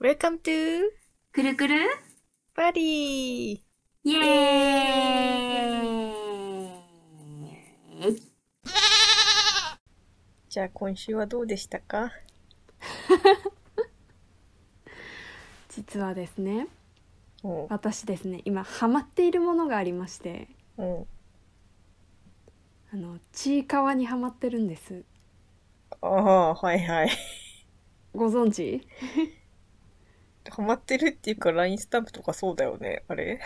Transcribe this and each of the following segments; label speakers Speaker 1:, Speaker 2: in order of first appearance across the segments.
Speaker 1: Welcome to
Speaker 2: くるくる
Speaker 1: Buddy!
Speaker 2: イエーイ
Speaker 1: じゃあ今週はどうでしたか
Speaker 2: 実はですね、
Speaker 1: おう
Speaker 2: 私ですね、今ハマっているものがありまして、
Speaker 1: おう
Speaker 2: あの、ちいかわにハマってるんです。
Speaker 1: ああ、はいはい。
Speaker 2: ご存知
Speaker 1: ハマってるっていうか LINE スタンプとかそうだよね。あれ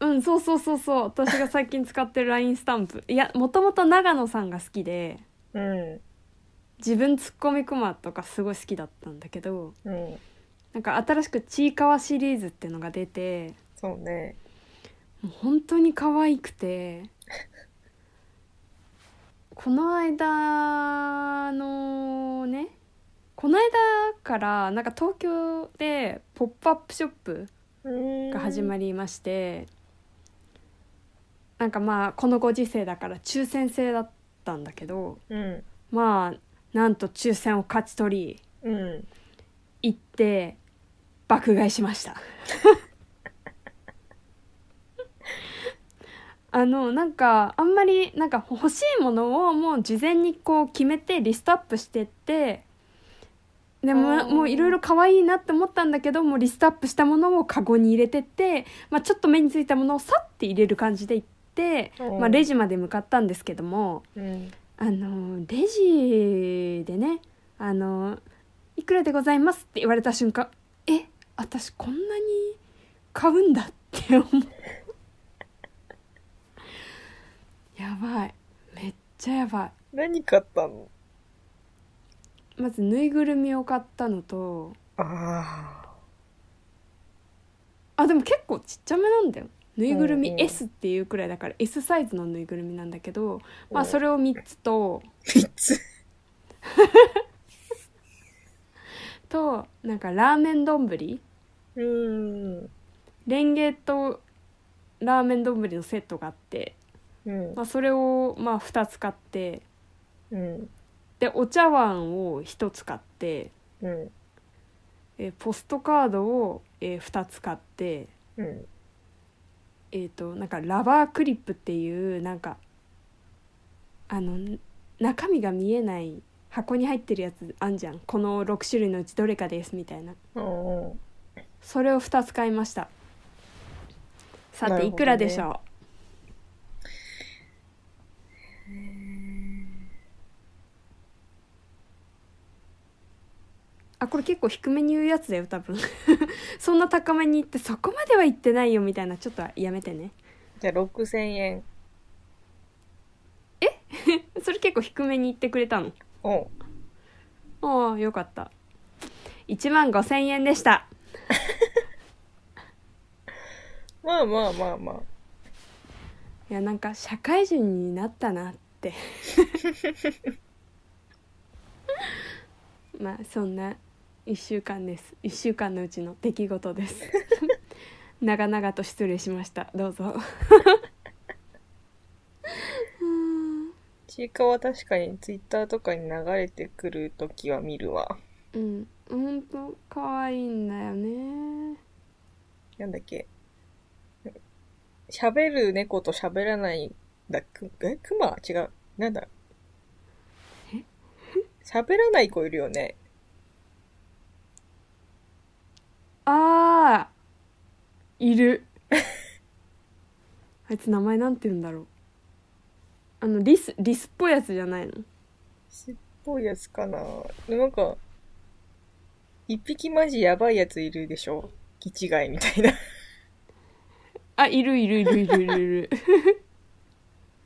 Speaker 2: うん、そうそうそうそう。私が最近使ってる LINE スタンプ。いや、もともと長野さんが好きで、
Speaker 1: うん、
Speaker 2: 自分ツッコミクマとかすごい好きだったんだけど、
Speaker 1: うん、
Speaker 2: なんか新しくちいかわシリーズってのが出て、
Speaker 1: そうね。
Speaker 2: もう本当に可愛くてこの間のねこの間からなんか東京でポップアップショップが始ま
Speaker 1: り。
Speaker 2: りましてなんかまあこのご時世だから抽選制だったんだけど
Speaker 1: うん、
Speaker 2: まあなんと抽選を勝ち取
Speaker 1: う
Speaker 2: り
Speaker 1: ん。
Speaker 2: 行って爆買いしました あのなんかあんまりなんか欲しいものをもう事前にこう決めてリストアップしてってで
Speaker 1: あ
Speaker 2: も
Speaker 1: ー
Speaker 2: もういろいろ可愛いなって思ったんだけどもうリストアップしたものをカゴに入れてって、まあ、ちょっと目についたものをさって入れる感じで行って、
Speaker 1: うん
Speaker 2: まあ、レジまで向かったんですけども、
Speaker 1: うん、
Speaker 2: あのレジでね「あのいくらでございます」って言われた瞬間「え私こんなに買うんだ」って思う やばいめっちゃやば
Speaker 1: 何買ったの
Speaker 2: いまずぬいぐるみを買ったのと
Speaker 1: あ
Speaker 2: あでも結構ちっちゃめなんだよぬいぐる
Speaker 1: うん
Speaker 2: み
Speaker 1: うん
Speaker 2: S っていうくらいだから S サイズのぬいぐるみなんだけどまあ
Speaker 1: うん
Speaker 2: それを3つと
Speaker 1: あ、3つ。
Speaker 2: となんかラーメン丼
Speaker 1: うん、う
Speaker 2: レンゲとラーメン丼のセットがあって、
Speaker 1: ん、
Speaker 2: まあ、それをまあ2つ買って
Speaker 1: うん、
Speaker 2: でお茶碗を1つ買って、
Speaker 1: うん、
Speaker 2: えーポストカードを、え2つ買って、
Speaker 1: うん。
Speaker 2: えー、となんかラバークリップっていうなんかあのん中身が見えない箱に入ってるやつあんじゃんこの6種類のうちどれかですみたいな
Speaker 1: うんうん
Speaker 2: それを2つ買いましたさ
Speaker 1: なるほ
Speaker 2: て
Speaker 1: ど
Speaker 2: い
Speaker 1: ね
Speaker 2: くらでしょう、あこれ結構低めに言うやつだよ多分 そんな高めに言ってそこまでは言ってないよみたいなちょっとはやめてね
Speaker 1: じゃあ6000円。
Speaker 2: それ結構低めに言ってくれたの
Speaker 1: おう
Speaker 2: ああよかった1万5000円でした
Speaker 1: まあまあまあまあ。
Speaker 2: いやなんか社会人になったなって まあそんな1週間です1週間のうちの出来事です 長々と失礼しましたどうぞうん
Speaker 1: ちいかわ確かにツイッターとかに流れてくるときは見るわ。
Speaker 2: うんほんと可愛いんだよね
Speaker 1: なんだっけ。喋る猫と喋らないんだ、く、え、クマ違う。なんだ。喋らない子いるよね。
Speaker 2: あーいる あいつ名前なんて言うんだろうあのリスリスっぽいやつじゃないの
Speaker 1: しっぽいやつかな。なんか、一匹マジやばいやついるでしょ。気違いみたいな。
Speaker 2: あ、いるいるいるいるいるいる。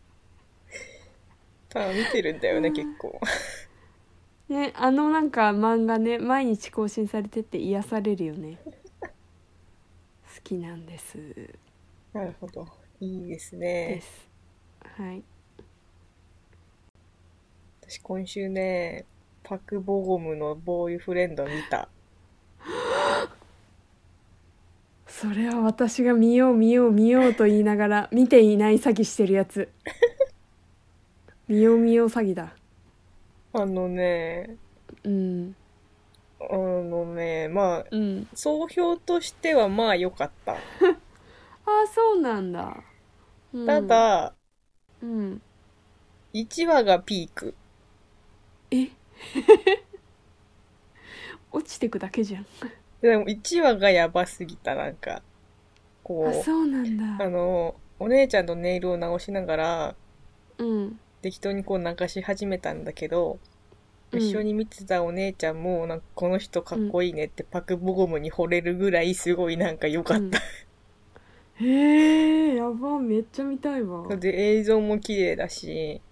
Speaker 1: ただ見てるんだよね、結構。
Speaker 2: ね、あのなんか漫画ね、毎日更新されてて癒されるよね。好きなんです。
Speaker 1: なるほど。いいです
Speaker 2: で
Speaker 1: ね。
Speaker 2: す。はい。
Speaker 1: 私今週ね、パクボゴムのボーイフレンド見た。
Speaker 2: それは私が見よう見よう見ようと言いながら、見ていない詐欺してるやつ。見よう見よう詐欺だ。
Speaker 1: あのね、
Speaker 2: うん。
Speaker 1: あのね、まあ、
Speaker 2: うん
Speaker 1: 総評としてはまあ良かった。
Speaker 2: ああそうなんだ、うん
Speaker 1: ただ、
Speaker 2: うん
Speaker 1: 1話がピーク。
Speaker 2: 落ちてくだけじゃん
Speaker 1: でも1話がやばすぎた、なんか。
Speaker 2: あ
Speaker 1: こ
Speaker 2: そうなん
Speaker 1: う、あ
Speaker 2: だ
Speaker 1: の、お姉ちゃんとネイルを直しながら、
Speaker 2: うん
Speaker 1: 適当にこう流し始めたんだけど、
Speaker 2: うん
Speaker 1: 一緒に見てたお姉ちゃんも、なんかこの人かっこいいねってパクボゴムに惚れるぐらいすごいなんか良かっ
Speaker 2: うんへえやばめっちゃ見たいわ
Speaker 1: た。で、映像も綺麗だし、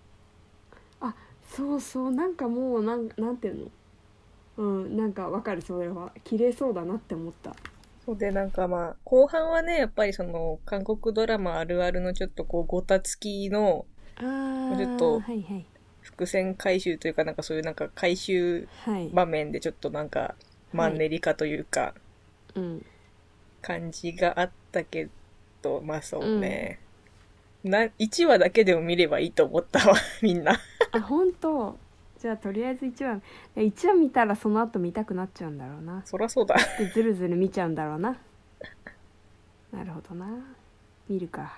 Speaker 2: そうそうなんかもうなんなんていうのうんなんかわかるそれは綺麗そうだなって思った
Speaker 1: そうで、なんかまあ、後半はね、やっぱりその、韓国ドラマあるあるのちょっとこう、ごたつきの
Speaker 2: あー
Speaker 1: ちょっと
Speaker 2: はいはい
Speaker 1: 伏線回収というか、なんかそういうなんか回収
Speaker 2: はい、
Speaker 1: 場面でちょっとなんか、マンネリ化というか、
Speaker 2: うん
Speaker 1: 感じがあったけど、まあそうね。な、1話だけでも見ればいいと思ったわ、みんな。
Speaker 2: あ本当じゃあとりあえず1話1話見たらその後見たくなっちゃうんだろうな
Speaker 1: そらそうだ。
Speaker 2: でずるずる見ちゃうんだろうななるほどな見るか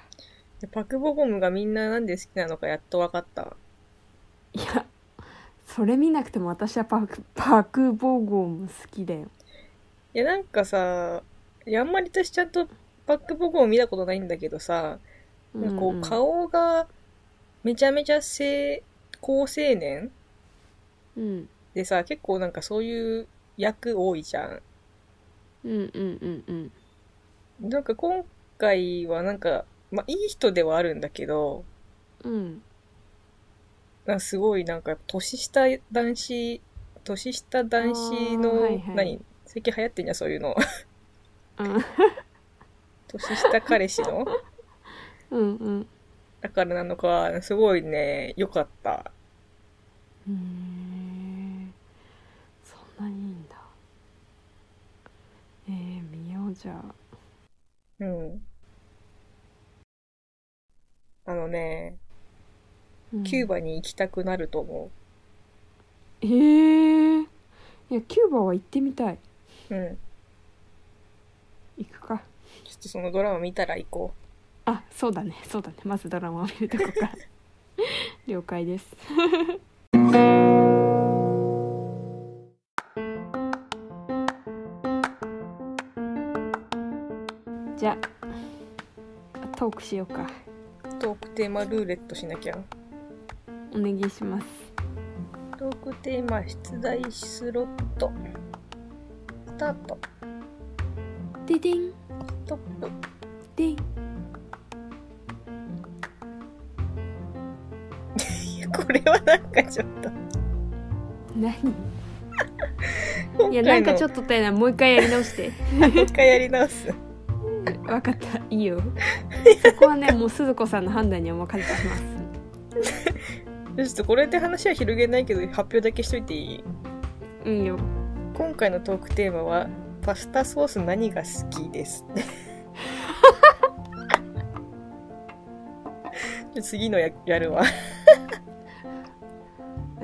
Speaker 1: でパクボゴムがみんななんで好きなのかやっと分かった。
Speaker 2: いやそれ見なくても私はパクパクボゴンも好きだよ
Speaker 1: いやなんかさ、いやあんまり私ちゃんとパクボゴム見たことないんだけどさ、なんかこ
Speaker 2: ん
Speaker 1: うん顔がめちゃめちゃ性、高青年
Speaker 2: うん
Speaker 1: でさ、結構なんかそういう役多いじゃん。
Speaker 2: うんうんうんうん
Speaker 1: なんか今回はなんか、まあいい人ではあるんだけど、
Speaker 2: うん
Speaker 1: なんかすごいなんか年下男子、年下男子
Speaker 2: あ
Speaker 1: の、
Speaker 2: ーはいはい
Speaker 1: 何最近流行ってんじゃん、そういう の。
Speaker 2: うん
Speaker 1: 年下彼氏の
Speaker 2: うんうん
Speaker 1: だからなのか、すごいね、良かった。
Speaker 2: うーんそんなにいいんだえー、見ようじゃあ
Speaker 1: うん。あのね、
Speaker 2: うん
Speaker 1: キューバに行きたくなると思。
Speaker 2: えー、いやキューバは行ってみたいう
Speaker 1: うん。
Speaker 2: 行くか
Speaker 1: ちょっとそのドラマ見たら行こ
Speaker 2: あそうだねそうだねまずドラマを見るとこから 了解ですじゃあトークしようか
Speaker 1: う。トークテーマルーレットしなきゃ。
Speaker 2: お願いします
Speaker 1: トークテーマ出題スロット。スタート。
Speaker 2: ででん
Speaker 1: トップ。
Speaker 2: でん
Speaker 1: いや これはなんかちょっと。
Speaker 2: 何
Speaker 1: 今
Speaker 2: いやなん
Speaker 1: 回の
Speaker 2: かちょっとってなもう一回やり直して
Speaker 1: もう一回やり直す。
Speaker 2: わかったいいよ そこはねもう鈴子さんの判断にお任せします
Speaker 1: ちょっとこれで話は広げないけど発表だけしといていい
Speaker 2: うんよ
Speaker 1: 今回のトークテーマは「パスタソース何が好き です」 次のややるわ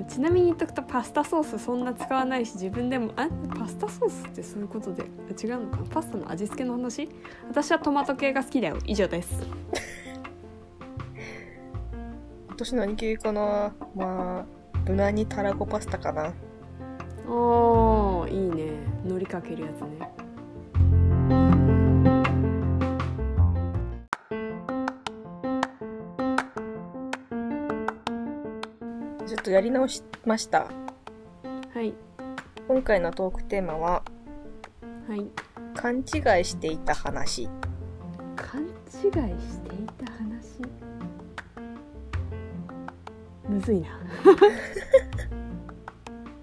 Speaker 2: ちなみに言っとくとパスタソースそんな使わないし自分でもあパスタソースってそういうことであ違うのかパスタの味付けの話私はトマト系が好きだよ以上です
Speaker 1: 私何系かなまあ無難にたらこパスタかな
Speaker 2: おーいいね海苔かけるやつね
Speaker 1: ちょっとやり直しました
Speaker 2: はい
Speaker 1: 今回のトークテーマは
Speaker 2: はい
Speaker 1: 「勘違いしていた話
Speaker 2: 勘違いしていた話むずいな」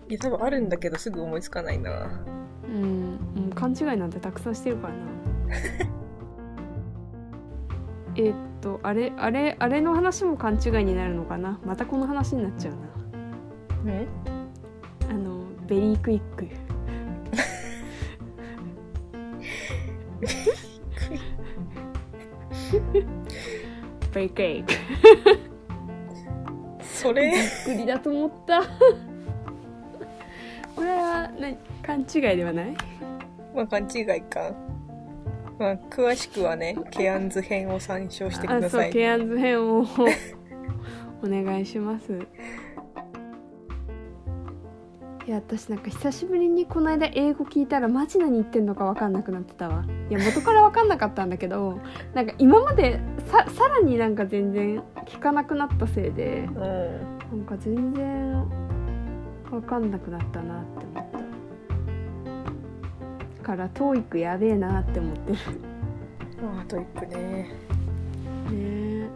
Speaker 1: いや多分あるんだけどすぐ思いつかないな
Speaker 2: うんもう勘違いなんてたくさんしてる からなえーっとあれあれあれの話も勘違いになるのかなまたこの話になっちゃうな
Speaker 1: うん
Speaker 2: あのベリークイック ベリークイック
Speaker 1: それ
Speaker 2: びっくりだと思ったこれは何勘違いではない
Speaker 1: まあ勘違いか。まあ詳しくはね、ケアンズ編を参照してく
Speaker 2: あ
Speaker 1: だ
Speaker 2: そ
Speaker 1: さ
Speaker 2: う
Speaker 1: い。
Speaker 2: ケアンズ編をお願いしますいや私なんか久しぶりにこの間英語聞いたらマジ何言ってんのか分かんなくなってたわいや元から分かんなかったんだけど なんか今までささらになんか全然聞かなくなったせいで
Speaker 1: うん。
Speaker 2: なんか全然分かんなくなったなって思っただから TOEIC やべえなって思ってる
Speaker 1: まあトイックね。
Speaker 2: ねえや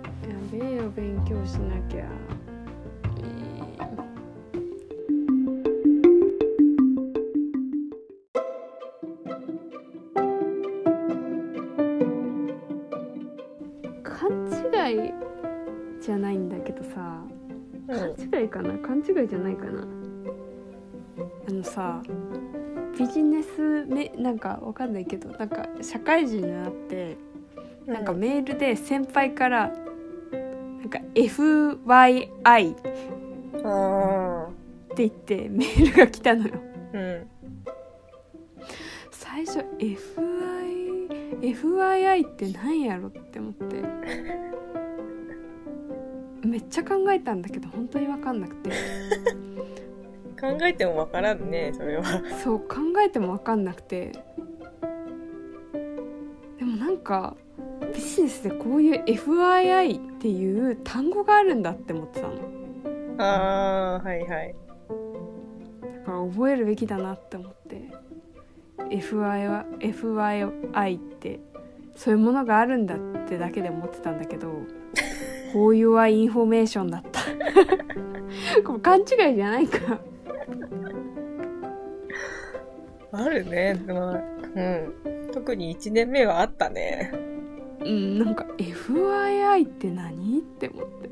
Speaker 2: べえよ勉強しなきゃ。勘違いじゃないんだけどさ
Speaker 1: うん。
Speaker 2: 勘違いかな勘違いじゃないかなあのさビジネスめなんかわかんないけどなんか社会人になってなんかメールで先輩からなんか FYI って
Speaker 1: うん、ああ。
Speaker 2: 言ってメールが来たのよ。
Speaker 1: うん。
Speaker 2: 最初 FI FYI って何やろって思ってめっちゃ考えたんだけど本当に分かんなくて
Speaker 1: 考えてもわからんね、それは。
Speaker 2: そう考えても分かんなくてでもなんかビジネスでこういう FYI っていう単語があるんだって思ってたの
Speaker 1: ああ、はいはい。
Speaker 2: だから覚えるべきだなって思って FYI は FYI ってそういうものがあるんだってだけで思ってたんだけどこういうはインフォメーションだった これ勘違いじゃないか
Speaker 1: あるね、まあ、うん。特に1年目はあったね。
Speaker 2: うんなんか FYI って何って思って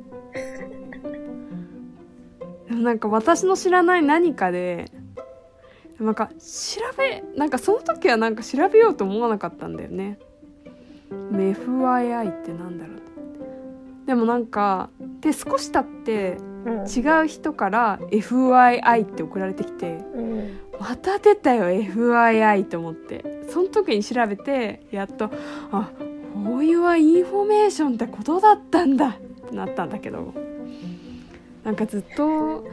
Speaker 2: でもなんか私の知らない何かでなんか調べなんかその時はなんか調べようと思わなかったんだよねでも FYI ってなんだろうとでもなんかで少し経って
Speaker 1: うん。
Speaker 2: 違う人から FYI って送られてきて
Speaker 1: うん。
Speaker 2: また出たよ FII と思ってその時に調べてやっとあこういうはインフォメーションってことだったんだってなったんだけどなんかずっと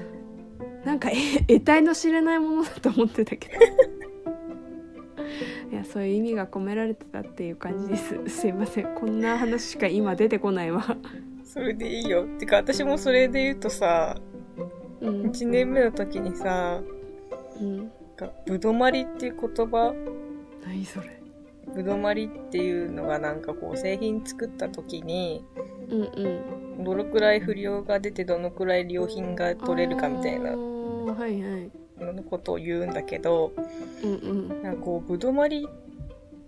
Speaker 2: なんかえ得体の知れないものだと思ってたけど いやそういう意味が込められてたっていう感じですすいませんこんな話しか今出てこないわ、
Speaker 1: それでいいよ。てか、私もそれで言うとさ、
Speaker 2: うん
Speaker 1: 1年目の時にさ、
Speaker 2: うん、
Speaker 1: なんかぶどまりっていう言葉、
Speaker 2: 何それ
Speaker 1: ぶどまりっていうのがなんかこう製品作った時に、
Speaker 2: うんうん
Speaker 1: どのくらい不良が出てどのくらい良品が取れるかみたい
Speaker 2: あ
Speaker 1: な
Speaker 2: ーはいはい
Speaker 1: ののことを言うんだけど、
Speaker 2: うんうん
Speaker 1: なんかこう、ぶどまり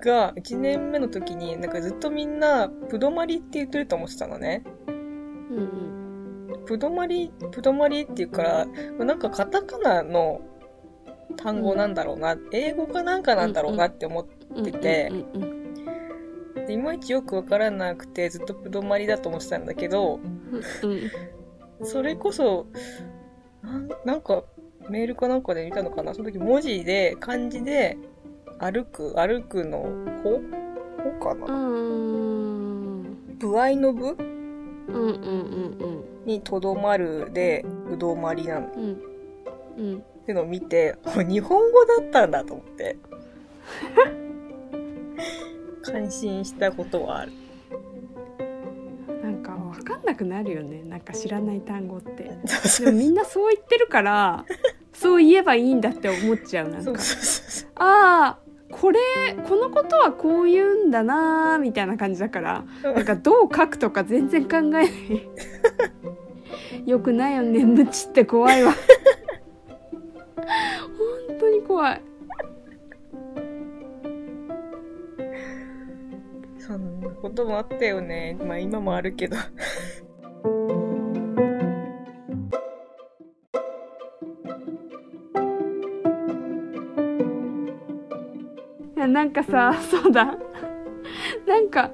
Speaker 1: が1年目の時に、なんかずっとみんな、ぶどまりって言ってると思ってたのね。
Speaker 2: うんうん
Speaker 1: ぶどまり、ぶどまりっていうから、なんかカタカナの単語なんだろうな、英語かなんかなんだろうなって思って、
Speaker 2: うんうん
Speaker 1: て
Speaker 2: うんうん
Speaker 1: いまいちよくわからなくてずっとぶどまりだと思ってたんだけど、
Speaker 2: うん
Speaker 1: それこそ、なんなんかメールかなんかで見たのかなその時文字で、漢字で、歩く、歩くの、ほほか
Speaker 2: う
Speaker 1: な、
Speaker 2: ん
Speaker 1: 部合の部
Speaker 2: うんうんうん
Speaker 1: にとどまるで、ぶどまりなの。っ
Speaker 2: うんうん
Speaker 1: てのを見て、あ日本語だったんだと思 って。感心したことはある。
Speaker 2: うんなんかわかんなくなるよねなんか知らない単語って
Speaker 1: そうそ
Speaker 2: でも
Speaker 1: う
Speaker 2: みんなそう言ってるからそう言えばいいんだって思っちゃうなん
Speaker 1: そう
Speaker 2: か
Speaker 1: そう
Speaker 2: ああこれこのことはこう言うんだなーみたいな感じだから
Speaker 1: そう
Speaker 2: なんかどう書くとか全然考えない よくないよね無知って怖いわ 本当に怖い
Speaker 1: そんなこともあったよね。まあ今もあるけど。
Speaker 2: いやなんかさそうだなんか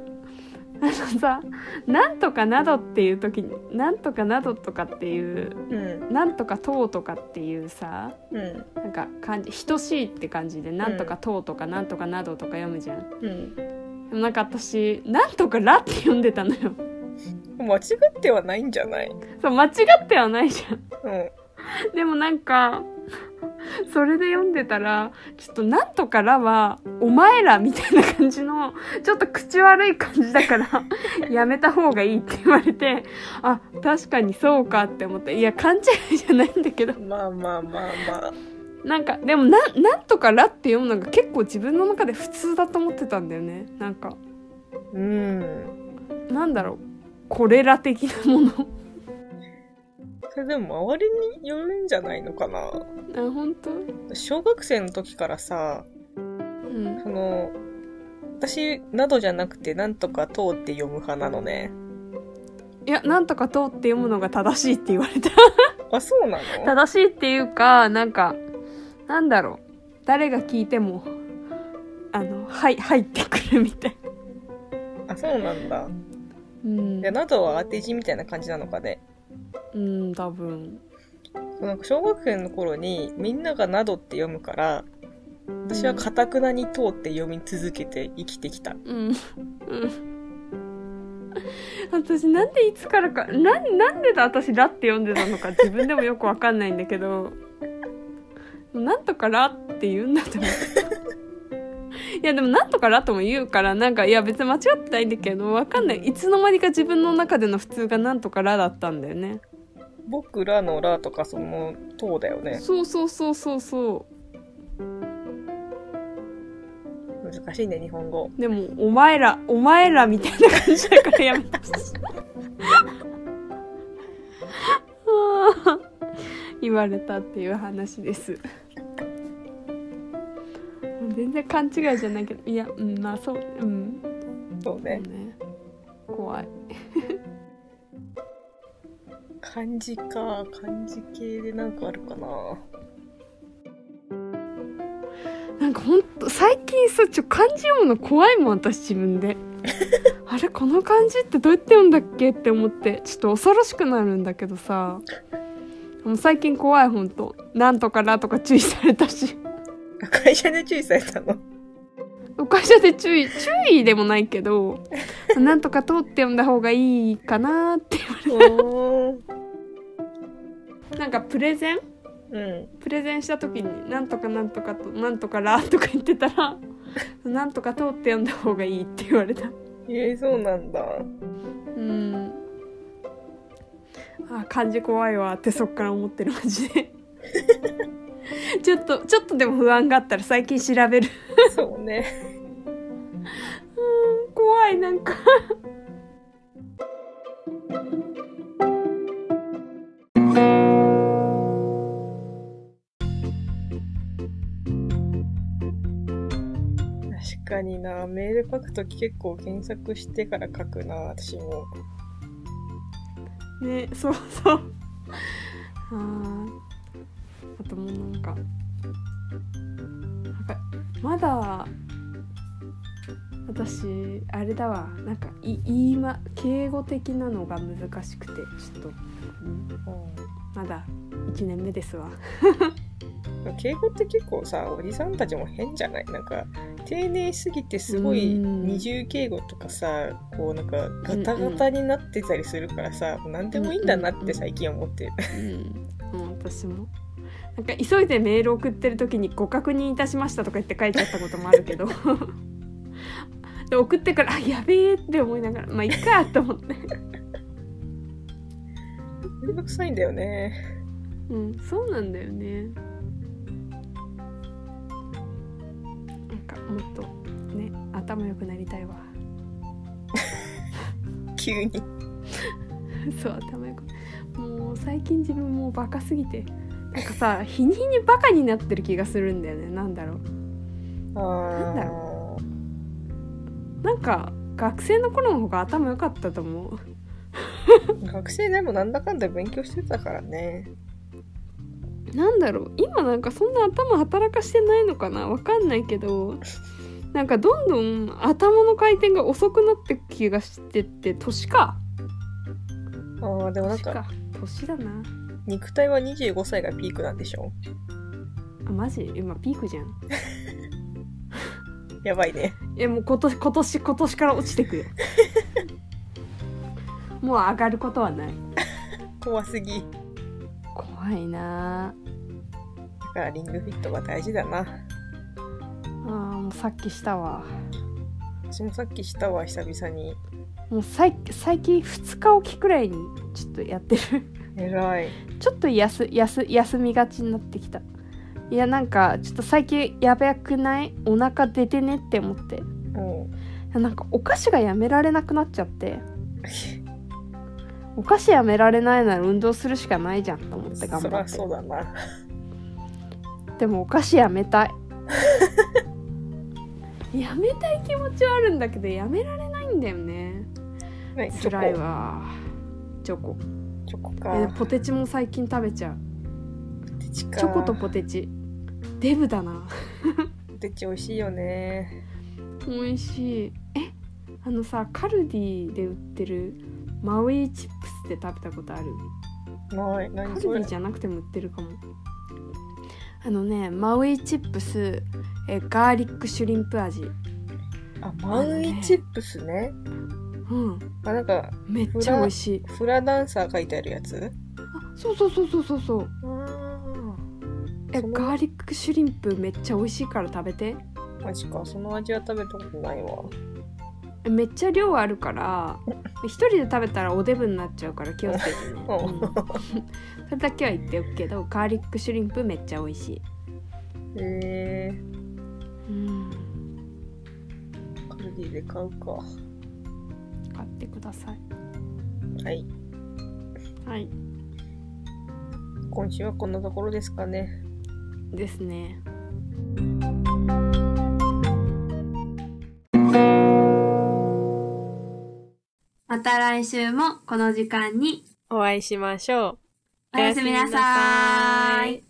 Speaker 2: あのさ「なんとかなど」っていう時に「なんとかなど」とかっていう
Speaker 1: うん
Speaker 2: 「なんとかとう」とかっていうさ
Speaker 1: うん
Speaker 2: なんか漢字等しいって感じで「なんとかとう」とか「なんとかなど」とか読むじゃん。
Speaker 1: うん
Speaker 2: でもなんか私「なんとから」って読んでたのよ。
Speaker 1: 間違ってはないんじゃない
Speaker 2: そう間違ってはないじゃん。
Speaker 1: うん
Speaker 2: でもなんかそれで読んでたらちょっと「なんとから」は「お前ら」みたいな感じのちょっと口悪い感じだから やめた方がいいって言われてあ確かにそうかって思っていや勘違いじゃないんだけど
Speaker 1: まあまあまあまあ
Speaker 2: なんかでもな「なんとから」って読むのが結構自分の中で普通だと思ってたんだよねなんか
Speaker 1: うん
Speaker 2: なんだろうこれら的なもの
Speaker 1: それでも周りによるんじゃないのかな
Speaker 2: あ本当
Speaker 1: 小学生の時からさ
Speaker 2: うん
Speaker 1: その私などじゃなくてなんとかとうって読む派なのね
Speaker 2: いや「なんとかと」って読むのが正しいって言われた
Speaker 1: あそうなの
Speaker 2: 正しいっていうかなんかなんだろう誰が聞いてもあのはい入ってくるみたい
Speaker 1: あそうなんだ
Speaker 2: うん
Speaker 1: いやなどは当て字みたいな感じなのかね
Speaker 2: うん多分
Speaker 1: なんか小学生の頃にみんながなどって読むから私はかたくなにとうって読み続けて生きてきた
Speaker 2: うんうん私なんでいつからかなんなんでだ私「ら」って読んでたのか自分でもよくわかんないんだけどなんとか「ら」って言うんだと思っていやでも「なんとか「ら」とも言うからなんかいや別に間違ってないんだけどわかんないいつの間にか自分の中での普通が「なんとか「ら」だったんだよね
Speaker 1: 僕らのらとかそのとうだよね
Speaker 2: そうそうそうそうそ
Speaker 1: 難しいね日本語
Speaker 2: うでもお前らお前らみたいな感じだからやめてほしい あー言われたっていう話です全然勘違いじゃないけどいやうんまあそううん
Speaker 1: そう
Speaker 2: そう
Speaker 1: ね
Speaker 2: ね怖い
Speaker 1: 漢字か漢字系でなんかあるかな
Speaker 2: なんかほんと最近さちょ漢字読むの怖いもん私自分 であれこの漢字ってどうやって読むんだっけって思ってちょっと恐ろしくなるんだけどさもう最近怖いほんとなんとかなとか注意されたし
Speaker 1: 会社で注意されたの
Speaker 2: 会社で注意注意でもないけどなんとか通って読んだ方がいいかなってなんかプレゼン
Speaker 1: うん
Speaker 2: プレゼンした時に「なんとかなんとかとなんとから」とか言ってたら「なんとか通って読んだ方がいい」って言われた
Speaker 1: えー、そうなんだ
Speaker 2: うんあ漢字怖いわってそっから思ってるマジで ちょっとちょっとでも不安があったら最近調べる
Speaker 1: そうね
Speaker 2: 怖いなんか
Speaker 1: 確かになメール書くとき結構検索してから書くな私も
Speaker 2: ねそうそうあーあともうなんかなんかまだ私あれだわなんかい言い、ま、敬語的なのが難しくてちょっとまだ1年目ですわ
Speaker 1: うん敬語って結構さおじさんたちも変じゃないなんか丁寧すぎてすごい
Speaker 2: うん
Speaker 1: 二重敬語とかさこうなんかガタガタになってたりするからさ、もう何でもいいんだなって最近思ってる、
Speaker 2: うん、私もなんか急いでメール送ってる時に「ご確認いたしました」とか言って書いちゃったこともあるけど で送ってから「あやべえ」って思いながら「まあいいか」と思って、
Speaker 1: めんどくさいんだよね
Speaker 2: うん、そうなんだよねなんかもっとね頭良くなりたいわ
Speaker 1: 急に
Speaker 2: そう頭良くもう最近自分もうバカすぎてなんかさ日に日にバカになってる気がするんだよねなんだろう
Speaker 1: あ
Speaker 2: なんだ
Speaker 1: あ
Speaker 2: なんか学生の頃の方が頭良かったと思う
Speaker 1: 学生でもなんだかんだ勉強してたからね
Speaker 2: なんだろう今なんかそんな頭働かしてないのかなわかんないけどなんかどんどん頭の回転が遅くなってく気がしてって年か
Speaker 1: ああ、でもなん
Speaker 2: 年
Speaker 1: か、
Speaker 2: か年だな
Speaker 1: 肉体は25歳がピークなんでしょ
Speaker 2: あマジ今ピークじゃん
Speaker 1: やばいね。
Speaker 2: いやもう今年今年今年から落ちて くよもう上がることはない
Speaker 1: 怖すぎ。
Speaker 2: 怖いな
Speaker 1: だからリングフィットが大事だな。
Speaker 2: ああーもうさっきしたわ
Speaker 1: 私もさっきしたわ、久々に。
Speaker 2: もう最最近2日おきくらいにちょっとやってる
Speaker 1: 偉い。
Speaker 2: ちょっと休休休みがちになってきたいやなんかちょっと最近やばくないお腹出てねって思って
Speaker 1: うん。
Speaker 2: なんかお菓子がやめられなくなっちゃってお菓子やめられないなら運動するしかないじゃんと思って頑
Speaker 1: そり
Speaker 2: 張っ
Speaker 1: ゃ
Speaker 2: て
Speaker 1: そうだな。
Speaker 2: でもお菓子やめた いやめたい気持ちはあるんだけどやめられないんだよね
Speaker 1: ねチ
Speaker 2: 辛い
Speaker 1: ョコ。
Speaker 2: わチョコ
Speaker 1: チョコ
Speaker 2: え
Speaker 1: か。
Speaker 2: ポテチも最近食べちゃう
Speaker 1: チ
Speaker 2: チョコとポテチデブだな
Speaker 1: ポテチ美味しいよね。
Speaker 2: 美味しいえあのさカルディで売ってるマウイチップスって食べたことある
Speaker 1: ない。
Speaker 2: カ
Speaker 1: 何
Speaker 2: ルデ
Speaker 1: それ
Speaker 2: ィじゃなくても売ってるかもあのねマウイチップスえガーリックシュリンプ味
Speaker 1: あ、マウイチップスね。
Speaker 2: うん
Speaker 1: あ、なんか、
Speaker 2: めっちゃ美味しい
Speaker 1: フラダンサー書いてあるやつ
Speaker 2: あそうそうそうそうそうそう
Speaker 1: あー
Speaker 2: え
Speaker 1: その
Speaker 2: ガーリックシュリンプめっちゃ美味しいから食べて
Speaker 1: マジか、その味は食べたことないわ。
Speaker 2: えめっちゃ量あるから 一人で食べたらおデブになっちゃうから気を つけてね、
Speaker 1: うん
Speaker 2: うんそれだけは言っておくけどガーリックシュリンプめっちゃ美味しい、
Speaker 1: へえー、
Speaker 2: うん、
Speaker 1: カルディで買うか。は
Speaker 2: 買ってください
Speaker 1: い。
Speaker 2: はい
Speaker 1: 今週はこんなところですかね。
Speaker 2: ですねまた来週もこの時間に
Speaker 1: お会いしましょう。
Speaker 2: おやすみなさ
Speaker 1: おやすみなさ
Speaker 2: い
Speaker 1: い